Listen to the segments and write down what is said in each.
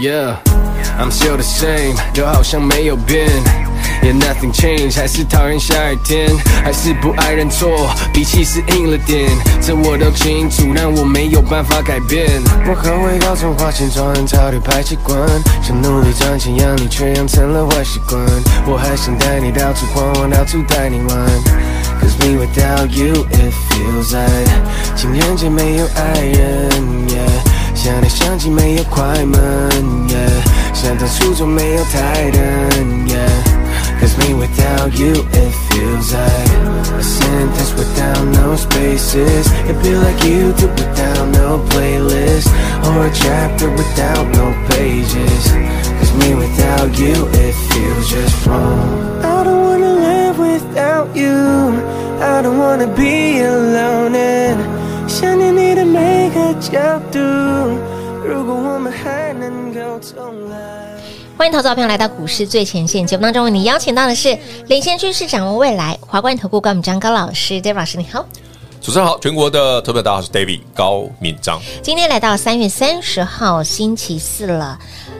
Yeah, I'm still the same，就好像没有变。Yeah, nothing changed，还是讨厌下雨天，还是不爱认错，脾气是硬了点，这我都清楚，但我没有办法改变。我很会高中花钱，装很潮的排气管，想努力赚钱养你，却养成了坏习惯。我还想带你到处晃晃，到处带你玩。Cause me without you, it feels like 情人节没有爱人。Yeah. 想你想起没有快门，yeah，想到初衷没有台灯，yeah，Cause me without you it feels like a sentence without no spaces. It feel like YouTube without no playlist or a chapter without no pages. Cause me without you it feels just wrong. I don't wanna live without you. I don't wanna be alone and 想念你的每个角度。如果我们还能够重来。欢迎投资者朋友来到股市最前线节目当中，为你邀请到的是领先趋势、掌握未来华冠投顾高敏章高老师，David 老师你好。主持人好，全国的投票大家好，我是 David 高敏章。今天来到三月三十号星期四了，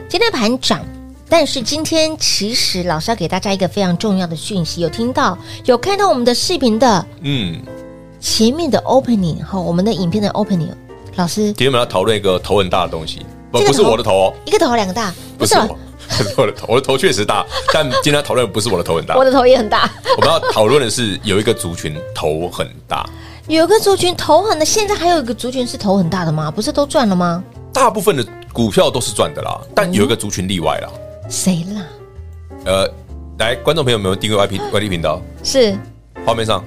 今天盘涨，但是今天其实老师要给大家一个非常重要的讯息，有听到有看到我们的视频的嗯，前面的 opening 哈，我们的影片的 opening，老师今天我们要讨论一个头很大的东西，不这个不是头我的头哦，一个头两个大，哦不是老我， 不是我的头，我的头确实大，但今天要讨论的不是我的头很大，我的头也很大，我们要讨论的是有一个族群头很大，有一个族群头很的，现在还有一个族群是头很大的吗？不是都赚了吗？大部分的股票都是赚的啦，但有一个族群例外啦。谁啦？呃，来，观众朋友有没有订阅 IP YT 频道？是画面上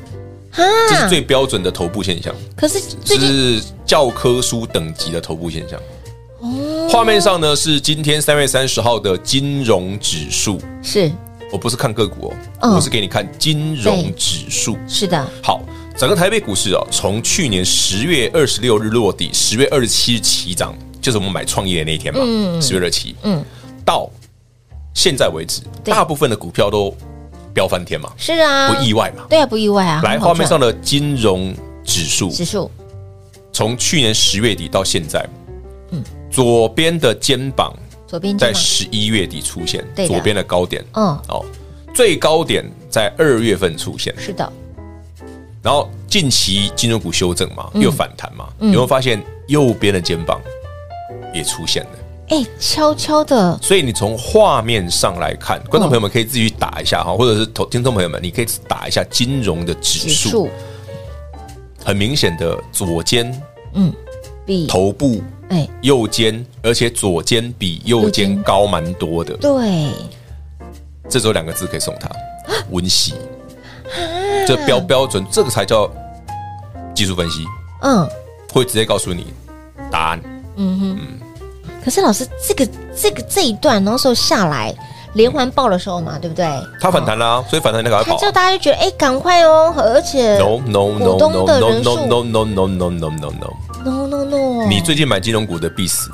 哈，这是最标准的头部现象，可是这最近是教科书等级的头部现象。画面上呢是今天三月三十号的金融指数，是我不是看个股哦，嗯我是给你看金融指数。是的，好，整个台北股市哦，从去年十月二十六日落底，十月二十七日起涨，就是我们买创业的那一天嘛，十、月二十七，嗯，到现在为止，对大部分的股票都飙翻天嘛，是啊，不意外嘛。对啊，不意外啊。来，很好画面上赚的金融指数，指数从去年十月底到现在，左边的肩膀左边嗯肩在膀，十一月底出现对，的左边的高点，嗯，哦，最高点在二月份出现，是的，然后近期金融股修正嘛，嗯又反弹嘛，有没有发现右边的肩膀也出现了？哎，悄悄的，所以你从画面上来看，观嗯众朋友们可以自己去打一下哈，或者是投听众朋友们，你可以打一下金融的指指数数，很明显的左肩比头部。哎，右肩，而且左肩比右右肩肩高蛮多的，对，这只有两个字可以送他，温习。这标标准，这个才叫技术分析，嗯会直接告诉你答案。嗯哼。可是老师，这个这个这一段，然后说下来连环爆的时候嘛，对不对？它反弹啦、所以反弹你赶快他跑叫。大家就觉得，哎，赶快哦，而且 No no no 股 no 东的 no 人 no 数 no no no no no no no， no no no，你最近买金融股的必死。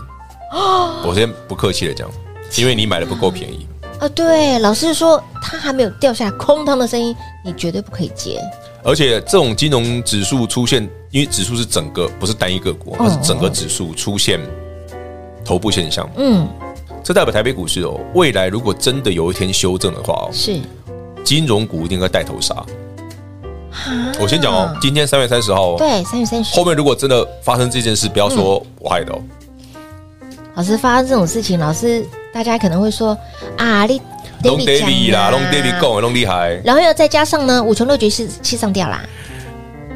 我先不客气的讲，因为你买的不够便宜。啊，对，老师说他还没有掉下来空堂的声音，你绝对不可以接，而且这种金融指数出现，因为指数是整个不是单一个股，哦它是整个指数出现头部现象。嗯，这代表台北股市哦，未来如果真的有一天修正的话哦，是金融股一定会带头杀。我先讲哦，今天三月三十号哦，啊对，嗯三月三十后，面如果真的发生这件事，不要说我害的哦，老师发生这种事情，老师大家可能会说啊，你弄 David 讲 David 啦，啊弄 David 够，弄厉害。然后又再加上呢，五穷六绝是七上吊啦，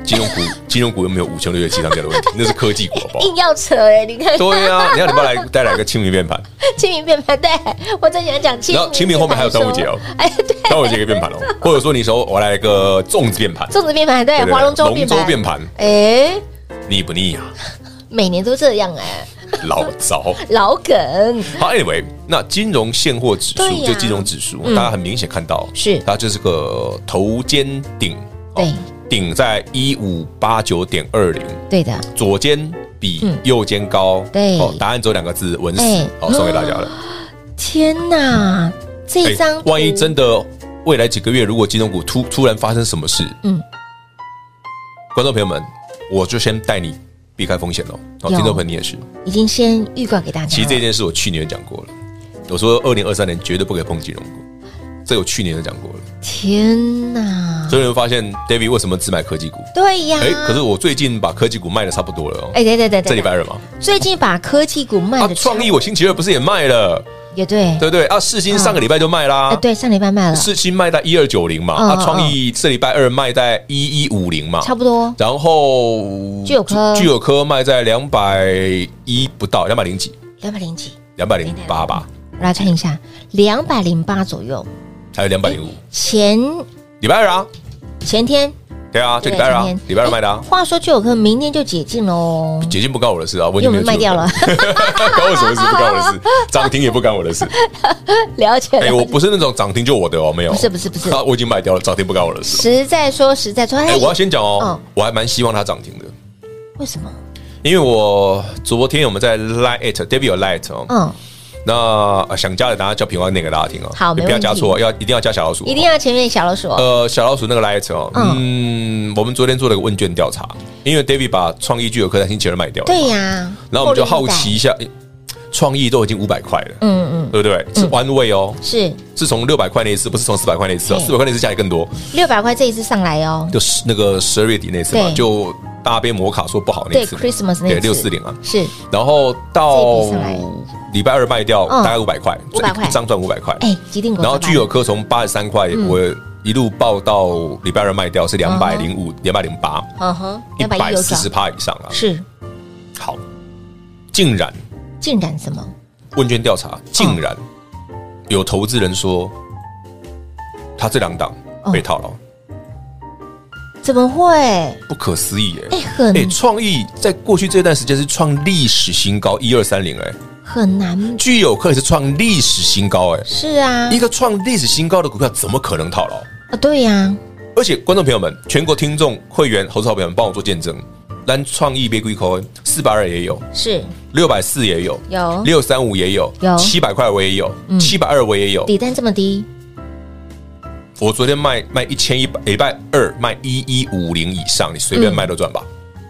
金 融股，金融股有没有五千六百七上掉的问题？那是科技股好不好？硬要扯哎、你看对啊，你要礼拜来带来个清明变盘，清明变盘，对我正想讲清然后明，清明后面还有端午节哦，哎对，端午节可以变盘哦，或者说你说我来个粽子变盘，粽子变盘，对对不对划龙舟龙变舟盘，变盘，哎、腻不腻啊？每年都这样哎、 老 糟。老梗，好，anyway，那金融现货指对数呀嗯就金融指数，大家很明显看到是它就是个头肩顶，对哦顶在一五八九点二零，对的，左肩比右肩高，嗯哦对答案只有两个字，稳死哎，好，送给大家了。哎天哪，这张图、万一真的未来几个月，如果金融股突突然发生什么事，嗯，观众朋友们，我就先带你避开风险喽。好，有听众朋友你也是。已经先预告给大家了，其实这件事我去年讲过了，我说二零二三年绝对不可以碰金融股，这我去年就讲过了。天哪，所以你会发现，David 为什么只买科技股？对呀，哎、可是我最近把科技股卖的差不多了哦。哎，对对对对，这礼拜二嘛，最近把科技股卖啊的，创意我星期二不是也卖了，也对，对不啊对？啊，世新上个礼拜就卖哎啦，对，上礼拜卖了，世新卖在一二九零嘛，嗯啊，创意这礼拜二卖在一一五零嘛，差不多，然后聚友科聚友科卖在两百一不到，两百零几，两百零几，两百零八吧，我来看一下，两百零八左右，还有两百零五，前礼拜二啊，前天，对啊，就礼拜二啊前天，礼拜二卖的啊哎，话说就有可能明天就解禁喽，解禁不干我的事啊，我已因为我经没们有卖掉了，去过， 关我什么事？不干我 的事，涨停也不干我的事。了解哎，我了，不是那种涨停就我的哦，没有，不是不是不是 啊我已经卖掉了，涨停不干我的事。实在说实在说，哎，哎我要先讲哦嗯，我还蛮希望它涨停的，为什么？因为我昨天我们在 Light David 有 Light 哦，嗯，那呃想加的大家叫平安念给大家听哦，好也没不要问加题错，要一定要加小老鼠哦，一定要前面小老鼠哦，呃，小老鼠那个 light 哦，嗯，我们昨天做了个问卷调查，因为 David 把创意具有科在星期二卖掉了嘛，对呀，然后我们就好奇后一下，诶创意都已经五百块了，路一代，嗯嗯，对不对？是弯位哦，是是从六百块那一次，不是从四百块那一次哦，嘿四百块那一次加起来更多，六百块这一次上来哦，就是那个十二月底那次嘛，对就大杯摩卡说不好那对一次嘛， ，Christmas 那一次对六四零啊，是，然后这一到批上来礼拜二卖掉嗯大概五百块，所以500块一张赚五百块，哎，嗯吉定国然后上来聚友科从八十三块，我一路报到礼拜二卖掉是两百零五、两百零八，嗯哼，一两百百一有四找十趴以上啊！是，好，竟然竟然什么？问卷调查，竟然有投资人说他这两档嗯被套牢，怎么会？不可思议耶！哎，很哎，创意在过去这段时间是创历史新高一二三零，哎，很难，聚友科也是创历史新高，哎，是啊一，个创历史新高的股票怎么可能套牢？啊对呀，而且，观众朋友们，全国听众、会员、投资好朋友们，帮我做见证。咱创意别归口，四百二也有，是六百四也有，有六三五也有，有七百块我也有，嗯七百二我也有。底单这么低，我昨天卖卖一千一百，礼拜二卖一一五零以上，你随便卖都赚吧。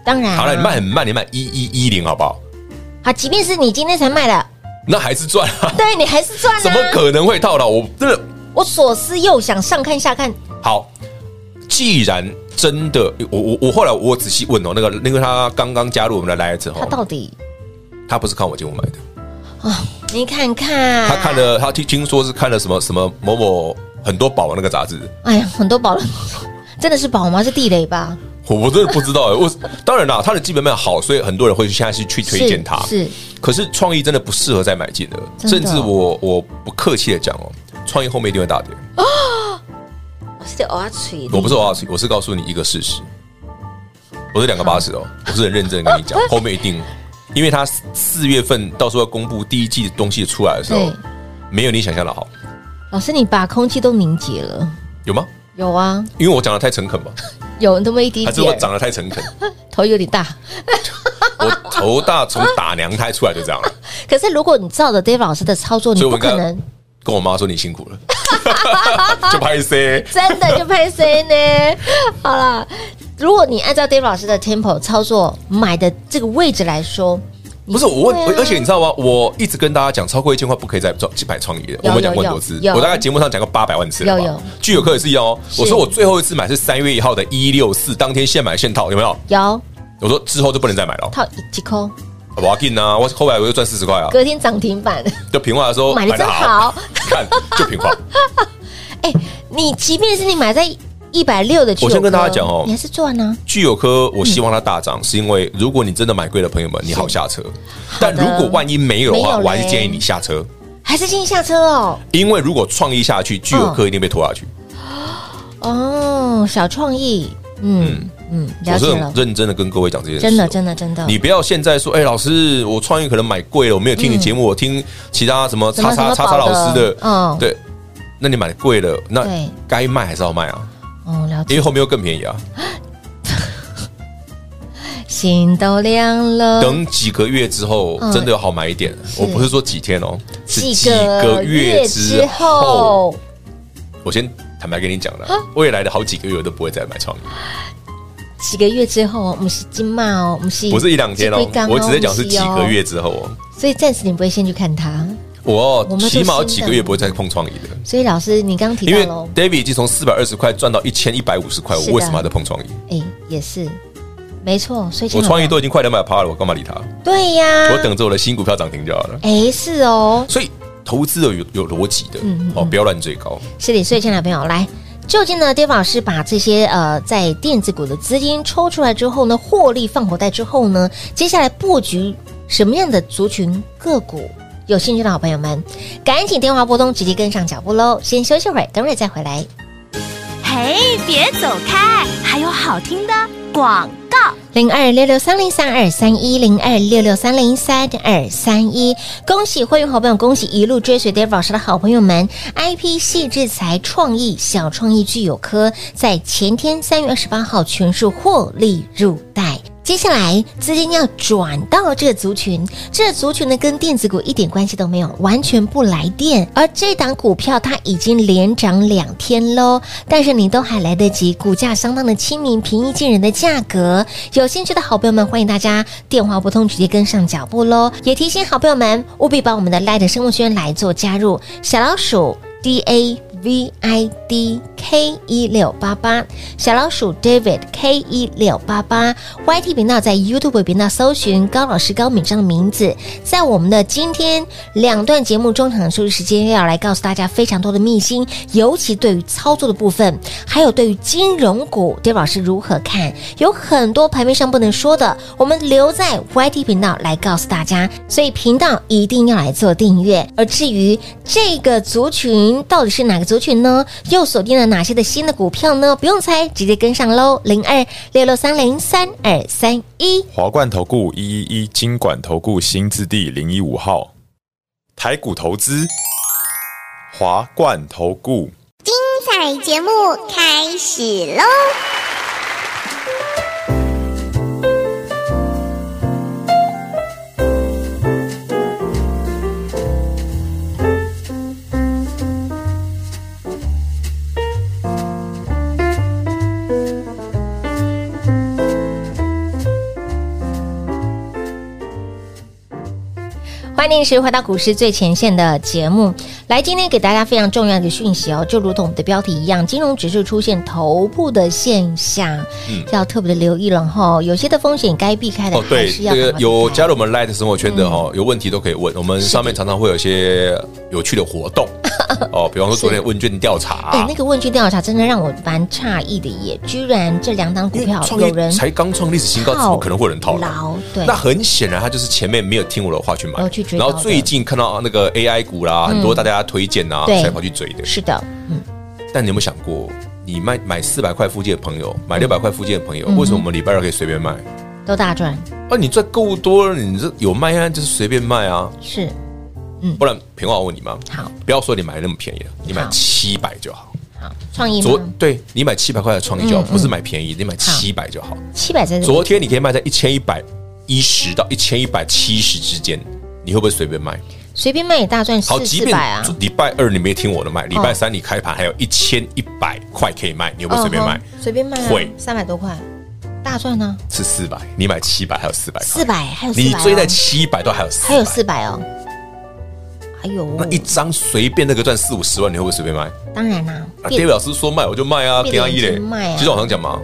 当然好了，你卖很慢，你卖一一一零好不好？好，即便是你今天才卖的，那还是赚啊！ 对你还是赚怎么啊。可能会套牢？我真的我左思右想，上看下看，好，既然真的，我我我后来我仔细问哦，那个那个他刚刚加入我们的来之他后，到底他不是看我节目买的。你看看，他看，了，他听听说是看了什么什么某某很多宝那个杂志，哎呀，很多宝了， 真的是宝吗？是地雷吧？我我真的不知道、欸。我当然啦，他的基本面好，所以很多人会现在是去推荐他。是是可是创意真的不适合再买进了，真的甚至我我不客气的讲哦，创意后面一定会大跌。我是偶尔吹的，我不是我告诉你，我是告诉你一个事实，我是两个八十啊哦，我是很认真的跟你讲，后面一定，因为他四四月份到时候要公布第一季的东西出来的时候对，没有你想象的好，老师，你把空气都凝结了，有吗？有啊，因为我讲的太诚恳吧，有那么一滴还是点我儿，讲的太诚恳？头有点大。我头大从打娘胎出来就这样了，可是如果你照着 Dave 老师的操作，你所以我不可应该能跟我妈说你辛苦了， 就拍 C。真的就拍 C 呢。 好啦，如果你按照 Dave 老师的 tempo 操作买的这个位置来说，不是我问对啊，而且你知道吗？我一直跟大家讲，超过一千块不可以再赚几百创业的，有我们讲过有很多次有，有我大概节目上讲过八百万次了吧。有有聚友课也是一样哦。是我说我最后一次买是三月一号的一六四，当天现买现套，有没有？有我说之后就不能再买了。套一几扣，我要进啊，我后来我就赚四十块啊，隔天涨停板，就平化的时候买的真好。 看就平化。哎、你即便是你买在一百六的，我先跟大家讲哦你还是赚啊，聚友科，我希望它大涨，是因为如果你真的买贵的朋友们，你好下车。但如果万一没有的嗯没话，有嘞我还是建议你下车，还是建议下车哦。因为如果创意嗯下去，聚友科一定被拖下去。哦，小创意，嗯，嗯，我了是解很了，认真的跟各位讲这件事哦，真的真的真的，你不要现在说，哎、老师，我创业可能买贵了，我没有听你节目，我听其他什么嗯什么叉叉什叉么叉宝老师的，嗯对，那你买贵了，那对该卖还是要卖啊，哦，了因为解，后面又更便宜啊。心都亮了，等几个月之后嗯，真的有好买一点，我不是说几天哦，是几个月之后。，我先坦白跟你讲了，未来的好几个月我都不会再买创意，啊几个月之后，我们是金马哦，我们是不是一两天几几天哦，我只是讲是几个，哦月之后哦，不哦所以暂时你不会先去看它。我哦我们都起码有新几的个月不会再碰创意的。所以老师，你刚刚提因为到喽， David 已经从四百二十块赚到一千一百五十块，是的我为什么还在碰创意？哎，也是，没错，所以千我万创意都已经快两百趴了，我干嘛理他？对呀，我等着我的新股票涨停就好了。哎，是哦，所以投资有有逻辑的嗯嗯哦，不要乱追高。是的，所以，亲爱的朋友，来，究竟呢，Dave 老师把这些呃在电子股的资金抽出来之后呢，获利放口袋之后呢，接下来布局什么样的族群个股？有兴趣的好朋友们，赶紧电话拨通，直接跟上脚步喽！先休息会儿，等会儿再回来。嘿，别走开，还有好听的广告。零二六六三零三二三一零二六六三零三二三一，恭喜会员好朋友，恭喜一路追随 Dave 老师的好朋友们！IP 系制裁创意小创意具有科在前天三月二十八号全数获利入袋。接下来资金要转到这个族群，这个族群呢跟电子股一点关系都没有，完全不来电。而这档股票它已经连涨两天喽，但是你都还来得及，股价相当的亲民，平易近人的价格。有兴趣的好朋友们，欢迎大家电话拨通，直接跟上脚步喽。也提醒好朋友们，务必把我们的 Light 生物圈来做加入，小老鼠 D A V I D K 一六八八，小老鼠 David K 一六八八，YT 频道在 YouTube 频道搜寻高老师高敏章的名字，在我们的今天两段节目中场休息时间，要来告诉大家非常多的秘辛，尤其对于操作的部分，还有对于金融股，David 老师如何看？有很多盘面上不能说的，我们留在 YT 频道来告诉大家，所以频道一定要来做订阅。而至于这个族群到底是哪个族群呢？又锁定了哪些的新的股票呢？不用猜，直接跟上喽，零二六六三零三二三一。华冠投顾一一一金管投顾新字第零一五号，台股投资，华冠投顾。彩节目开始喽！欢迎时回到股市最前线的节目。来，今天给大家非常重要的讯息哦，就如同我们的标题一样，金融指数出现头部的现象，要特别的留意了哈。有些的风险该避开的嗯哎哦，还对，是要这赶快避开、嗯个有加入我们 Light 生活圈的哈，有问题都可以问。我们上面常常会有一些有趣的 活动哦，比方说昨天问卷调哎、查啊那，个问卷调查真的让我蛮诧异的耶，居然这两档股因为票哎创有人业才刚创历史新高，怎么可能会有人套牢？牢？对那，很显然，他就是前面没有听我的话去买然后去，追然高的嗯后最近看到那个 AI 股啦，很多大家推荐啊，对才跑去追的。是的，但你有没有想过，你卖买四百块附近的朋友，嗯买六百块附近的朋友，为什么我们礼拜二可以随便卖？都大赚，啊，你赚够多了，你这有卖啊，就是随便卖啊。是不然，平话我问你嘛，嗯好不要说你买那么便宜了，你买好七百就好。好创意昨吗？对你买七百块的创意就好，嗯嗯不是买便宜，你买七百就好。七百在这里昨天你可以卖在一千一百一十到一千一百七十之间，你会不会随便卖？随便卖也大赚好，四即四便百啊，哦礼拜二你没听我的卖，礼拜三你开盘还有一千一百块可以卖，你会不会随便卖哦？哼随便卖、啊，会三百多块，大赚啊呢、是四百，你买七百还有四百，四百还有四你百、哦，追在七百都还有四，还有四，嗯百哦，哎还有那一张随便那个赚四五十万，你会不会随便卖？当然啦、啊变，David 老师说卖我就卖啊，变给他一眼嘞睛卖啊，就像我常讲嘛，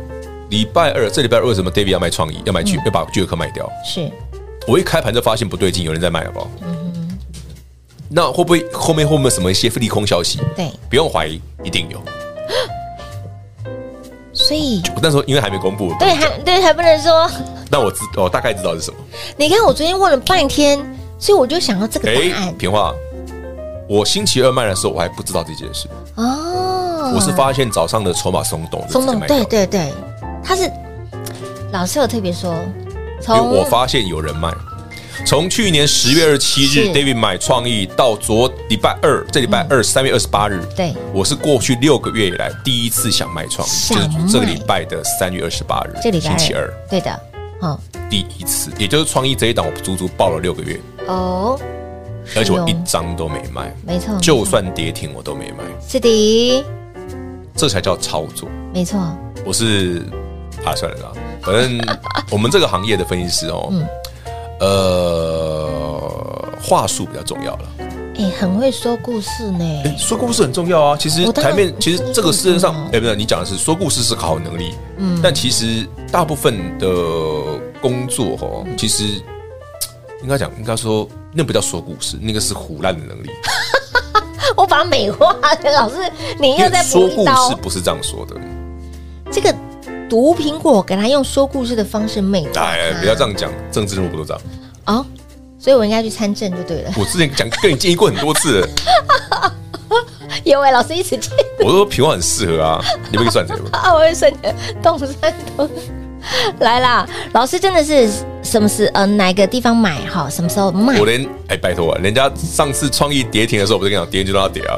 礼拜二这礼拜二为什么 David 要卖创意，要卖巨，嗯要把巨客卖掉？是我一开盘就发现不对劲，有人在卖，好不好？嗯那会不会后面会不会有什么一些利空消息？对，不用怀疑，一定有。所以我那时候因为还没公布，对还对还不能说，那我知我大概知道是什么。你看我昨天问了半天，所以我就想要这个答哎案，、平话，我星期二卖的时候我还不知道这件事，哦，我是发现早上的筹码松动，松就直接动，卖掉对对对，它是老师有特别说，因为从我发现有人卖。从去年十月二十七日是嗯，David 买创意到昨礼拜二，这礼拜二三月二十八日，对我是过去六个月以来第一次想卖创意，想卖就是这个礼拜的三月二十八日，这礼拜星期二，对的，哦第一次，也就是创意这一档，我足足报了六个月，哦，而且我一是哦嗯张都没卖，没错，就算跌停我都没卖，是的，这才叫操作。没错，我是啊，算了啦，反正 我们这个行业的分析师哦，嗯呃，话术比较重要了。哎，很会说故事呢，诶说故事很重要啊。其实哦我当台然嗯面，其实这个世界上我当然懂，哎，不是你讲的是说故事是个好能力，嗯，但其实大部分的工作哦，嗯其实应该讲，应该说那不叫说故事，那个是胡乱的能力。我把它美化了，老师你因又为在说补一故刀事，不是这样说的，这个毒苹果给他用说故事的方式美化他，哎，不要这样讲，嗯政治人物不都这样？哦，所以我应该去参政就对了。我之前讲跟你建议过很多次了。 有哎，老师一直见我说平花很适合 啊，你们可以算这个。啊，我会顺着动山动。来啦，老师真的是什么时呃哪个地方买哈，什么时候卖我？连哎，拜托啊，人家上次创意跌停的时候，我不是跟你讲跌就让它跌啊，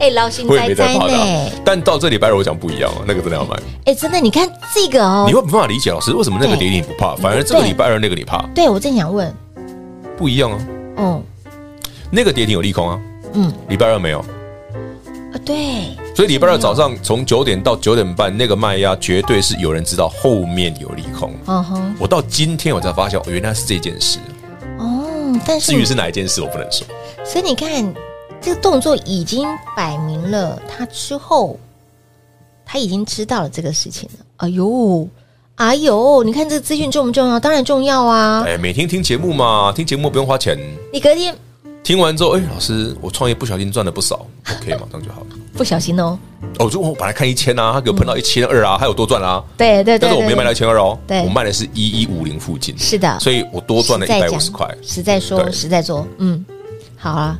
哎，老心我也仔没在仔怕啊它呢？。但到这礼拜二我讲不一样哦，那个真的要买。哎，真的，你看这个哦你，会没办法理解老师为什么那个跌停不怕，反而这个礼拜二那个你怕，对我正想问，不一样啊。哦，那个跌停有利空啊，嗯，礼拜二没有，啊对，所以礼拜二早上从九点到九点半那个卖压，绝对是有人知道后面有利空。哦哼，我到今天我才发现，哦原来是这件事。哦，但是至于是哪一件事，我不能说。所以你看这个动作已经摆明了，他之后他已经知道了这个事情了。哎呦，哎呦，你看这个资讯重不重要？当然重要啊！哎，每天听节目嘛，听节目不用花钱。你隔天听完之后，哎、老师，我创业不小心赚了不少，OK 嘛，这样就好了。不小心哦，哦，就我本来看一千啊，他给我喷到一千二啊，还有多赚啊，对嗯对对但是我对没卖到一千二哦，对我卖的是一一五零附近，是的，所以我多赚了一实在百讲五十块，实在说，对实在做，嗯，好啊，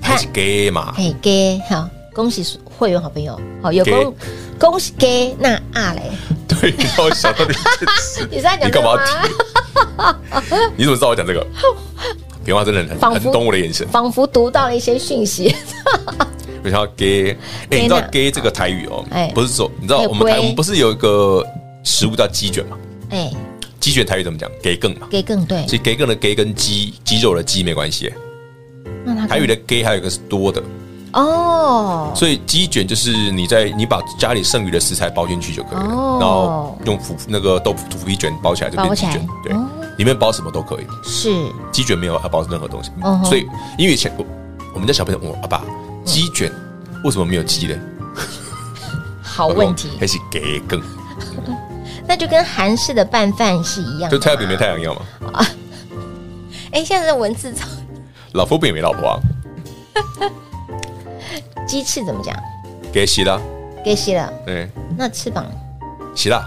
还是给嘛，嘿给好，恭喜会员好朋友，好有给恭恭喜给那啊 嘞，，对，你让我想到这件事 你是在讲你干嘛这个吗 要提？你怎么知道我讲这个？平花真的很仿很佛懂我的眼神，仿佛读到了一些讯息，我想要给，哎、给你知道哪给这个台语哦，哎不是说你知道还有我们台龟我们不是有一个食物叫鸡卷嘛？哎，鸡卷台语怎么讲？给更嘛？给更对，所以给更的给跟鸡鸡肉的鸡没关系，那他台语的 gay 还有一个是多的，哦，所以鸡卷就是你在你把家里剩余的食材包进去就可以了，哦然后用腐那个豆腐腐皮卷包起来就包变起鸡来卷，对哦，里面包什么都可以，是鸡卷没有要包任何东西嗯哼，所以因为以前我我们家小朋友问我阿爸嗯鸡卷为什么没有鸡呢？好我说哦问题，还是给更，那就跟韩式的拌饭是一样的嘛，就太阳饼没太阳一样嘛，哎，现在的文字操老婆饼没老婆啊，鸡翅怎么讲？给哎洗啦，给洗了，对，那翅膀洗啦，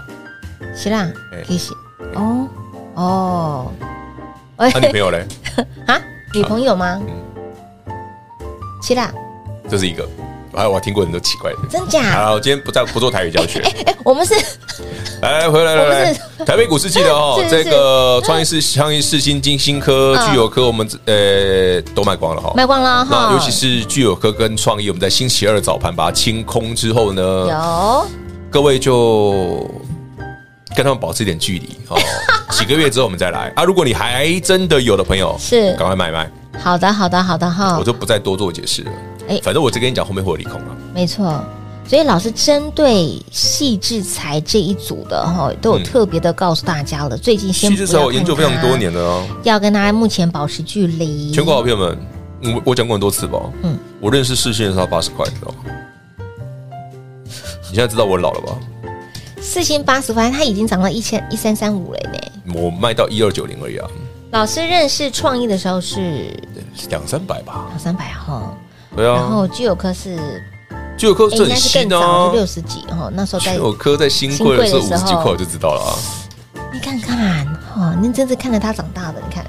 洗啦哎，给洗哦哦，他女朋 友嘞，啊，女朋友吗？嗯希腊，这是一个，还有我还听过很多奇怪的。真假？好，我今天不再不做台语教学。哎，我们是来来，回来来哎我来不，台北股市记得哦是，这是个创意市、创意市新、金星科、嗯聚友科，我们呃都卖光了哈。卖光了哈，那尤其是聚友科跟创意，我们在星期二早盘把它清空之后呢，有各位就跟他们保持一点距离 哦。几个月之后我们再来啊！如果你还真的有的朋友，是赶快买卖，好的，好的，好的哈我，就不再多做解释了哎。反正我只跟你讲后面会有利空啊了。没错。所以老师针对细制裁这一组的哈，都有嗯特别的告诉大家了。最近先其实不要我研究非看它常多，年了哦。要跟大家目前保持距离。全国好朋友们，我我讲过很多次吧，嗯嗯，我认识世新的时候八十块，你知道吗？你现在知道我老了吧？四星八十块，它已经涨到一千一三三五了呢。我卖到一二九零而已啊，老师认识创意的时候是两三百吧。两三百哈，对然啊，后具有科是就有科哎这应该很是更新早，啊是，六十几哈，那时候在就有科在新贵的时候五新贵的十时几候块我就知道了啊。你看看哦，你真是看着他长大的，你看，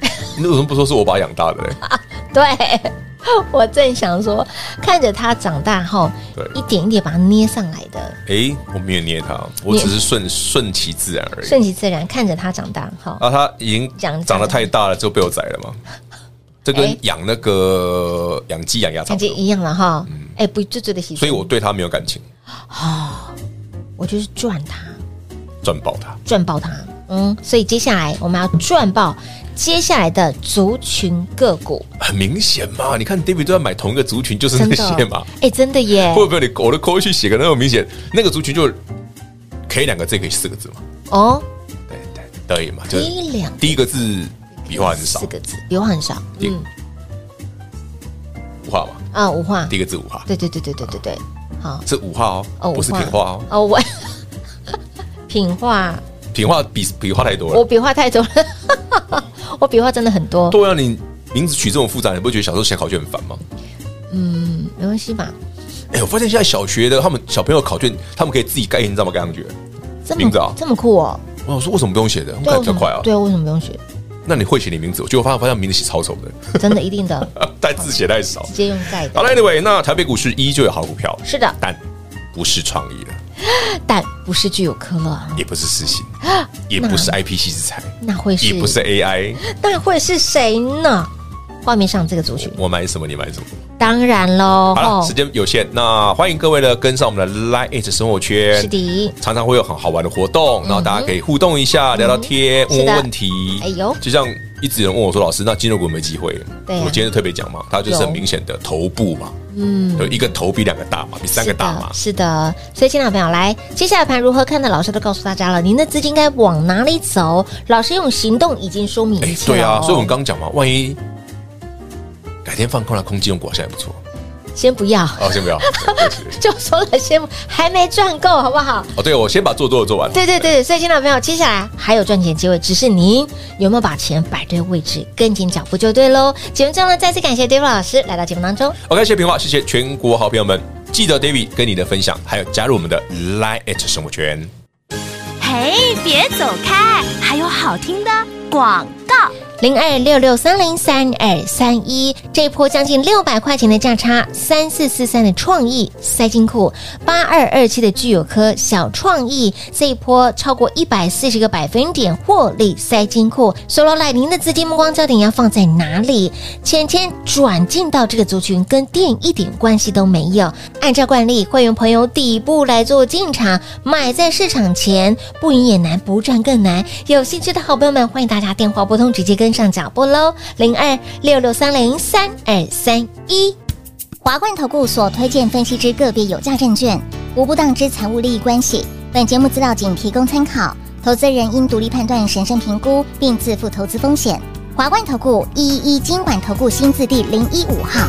你为什么不说是我把他养大的嘞？对，我正想说，看着他长大后，对一点一点把他捏上来的，诶，我没有捏他，我只是顺顺其自然而已。顺其自然，看着他长大哈。啊，他已经养长得太大了，就被我宰了嘛。这哎跟养那个养鸡养鸭差感不觉多，一样了哈，哎、不就做的牺牲，嗯所以我对他没有感情，我就是赚他，赚爆他。赚爆他，嗯，所以接下来我们要赚爆接下来的族群个股，很明显嘛，你看 David 都在买同一个族群，就是真那的些嘛。，哎、真的耶，会不会你我的口去写个那么明显，那个族群就可以两个字，可以四个字嘛？哦，对对对嘛，就第一两第一个字笔画很少四，个字，笔画很少，第嗯，五画嘛，啊，五画第，一个字五画对对对对对对对，好，是五画哦，哦，不是平画哦，哦，我 品画，平画笔笔画太多我了。笔画太多了， 我笔画真的很多，对啊，你名字取这么复杂，你不觉得小时候写考卷很烦吗？嗯，没关系吧，哎，我发现现在小学的他们小朋友考卷，他们可以自己盖印章嘛，盖上去。这名字啊么这么酷哦，我想说为什么不用写的？我感为什觉比较么快啊。对啊，为什么不用学？那你会写你名字？结果发现发现名字写超丑的，真的一定的， 但字写太少直。接用盖的。好了，Anyway，那台北股市依旧有好股票，是的，但不是创意了，但不是具有科乐啊，也不是世新，也不是 IPC 制裁，那会是也不是 AI。那会是谁呢？画面上这个族群，我买什么，你买什么。当然喽，好了，时间有限，那欢迎各位呢跟上我们的 Line It 生活圈。是的，嗯常常会有很好玩的活动，然后大家可以互动一下，聊聊天，是的问问问题。哎呦就像一直有人问我说：“老师，那金融股有没有机会？”对啊我今天就特别讲嘛，它就是有很明显的头部嘛，嗯，有一个头比两个大嘛，比三个大嘛。是的，是的所以，亲爱的朋友，来，接下来盘如何看的，老师都告诉大家了，您的资金该往哪里走？老师用行动已经说明一哎，切了哦、对啊，所以我们刚刚讲嘛，万一改天放空了，空金融股好像也不错。先不要，哦，先不要。对不起对不起就说了先还没赚够，好不好？哦，对，我先把做多的做完。对对对，所以，亲爱的朋友，接下来还有赚钱机会，只是您有没有把钱摆对位置，跟紧脚步就对喽。节目最后呢，再次感谢 David 老师来到节目当中。 OK，谢谢平话，谢谢全国好朋友们，记得 David 跟你的分享，还有加入我们的 Line It 生活圈。嘿，别走开，还有好听的广告。零二六六三零三二三一，这一波将近六百块钱的价差，三四四三的创意塞金库，八二二七的具有科小创意，这一波超过一百四十个百分点获利塞金库。Solo 来，您的资金目光焦点要放在哪里？前天转进到这个族群，跟电一点关系都没有。按照惯例，会员朋友底部来做进场，买在市场前，不赢也难，不赚更难。有兴趣的好朋友们，欢迎大家电话拨通，直接跟上脚步喽，零二六六三零三二三一。华冠投顾所推荐分析之个别有价证券，无不当之财务利益关系。本节目资料仅提供参考，投资人应独立判断、审慎评估，并自负投资风险。华冠投顾一一一金管投顾新字第零一五号。